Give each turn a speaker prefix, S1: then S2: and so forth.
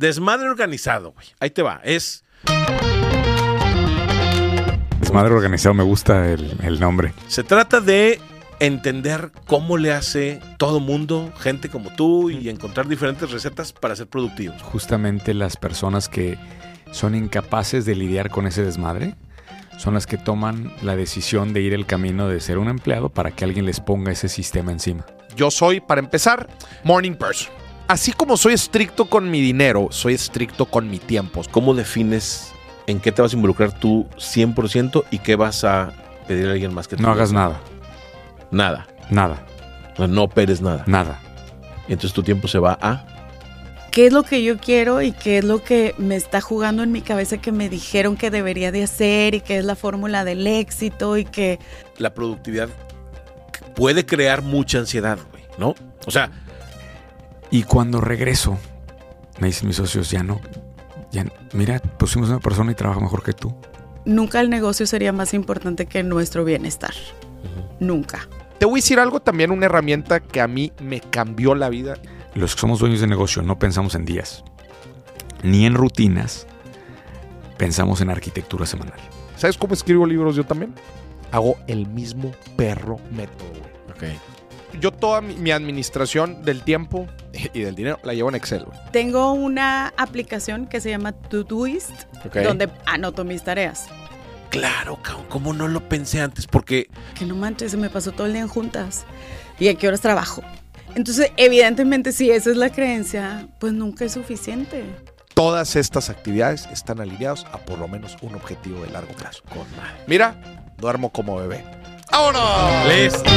S1: Desmadre organizado, güey. Ahí te va. Es.
S2: Desmadre organizado, me gusta el, el nombre.
S1: Se trata de entender cómo le hace todo mundo, gente como tú, y encontrar diferentes recetas para ser productivos.
S2: Justamente las personas que son incapaces de lidiar con ese desmadre son las que toman la decisión de ir el camino de ser un empleado para que alguien les ponga ese sistema encima.
S3: Yo soy, para empezar, morning person. Así como soy estricto con mi dinero, soy estricto con mi tiempo.
S1: ¿Cómo defines en qué te vas a involucrar tú 100% y qué vas a pedir a alguien más que te
S2: No
S1: haga?
S2: hagas nada,
S1: Nada.
S2: nada,
S1: O sea, no operes nada.
S2: nada.
S1: Entonces tu tiempo se va a.
S4: ¿Qué es lo que yo quiero y qué es lo que me está jugando en mi cabeza que me dijeron que debería de hacer y que es la fórmula del éxito y que
S1: La productividad puede crear mucha ansiedad, güey, ¿no? O sea,
S2: Y cuando regreso, me dicen mis socios, ya no, ya, mira, pusimos una persona y trabaja mejor que tú.
S4: nunca el negocio sería más importante que nuestro bienestar. Nunca.
S3: Te voy a decir algo también, una herramienta que a mí me cambió la vida.
S2: Los que somos dueños de negocio no pensamos en días, ni en rutinas, pensamos en arquitectura semanal.
S3: ¿Sabes cómo escribo libros yo también? Hago el mismo perro método, güey. Yo toda mi, mi administración del tiempo y del dinero la llevo en Excel, güey.
S4: Tengo una aplicación que se llama Todoist donde anoto mis tareas.
S1: claro, cabrón, ¿cómo no lo pensé antes? Porque
S4: Que no manches, se me pasó todo el día en juntas. ¿Y a qué horas trabajo? Entonces, evidentemente, si esa es la creencia, pues nunca es suficiente.
S3: Todas estas actividades están alineadas a por lo menos un objetivo de largo plazo. Mira, duermo como bebé. ¡Vámonos!
S1: Listo.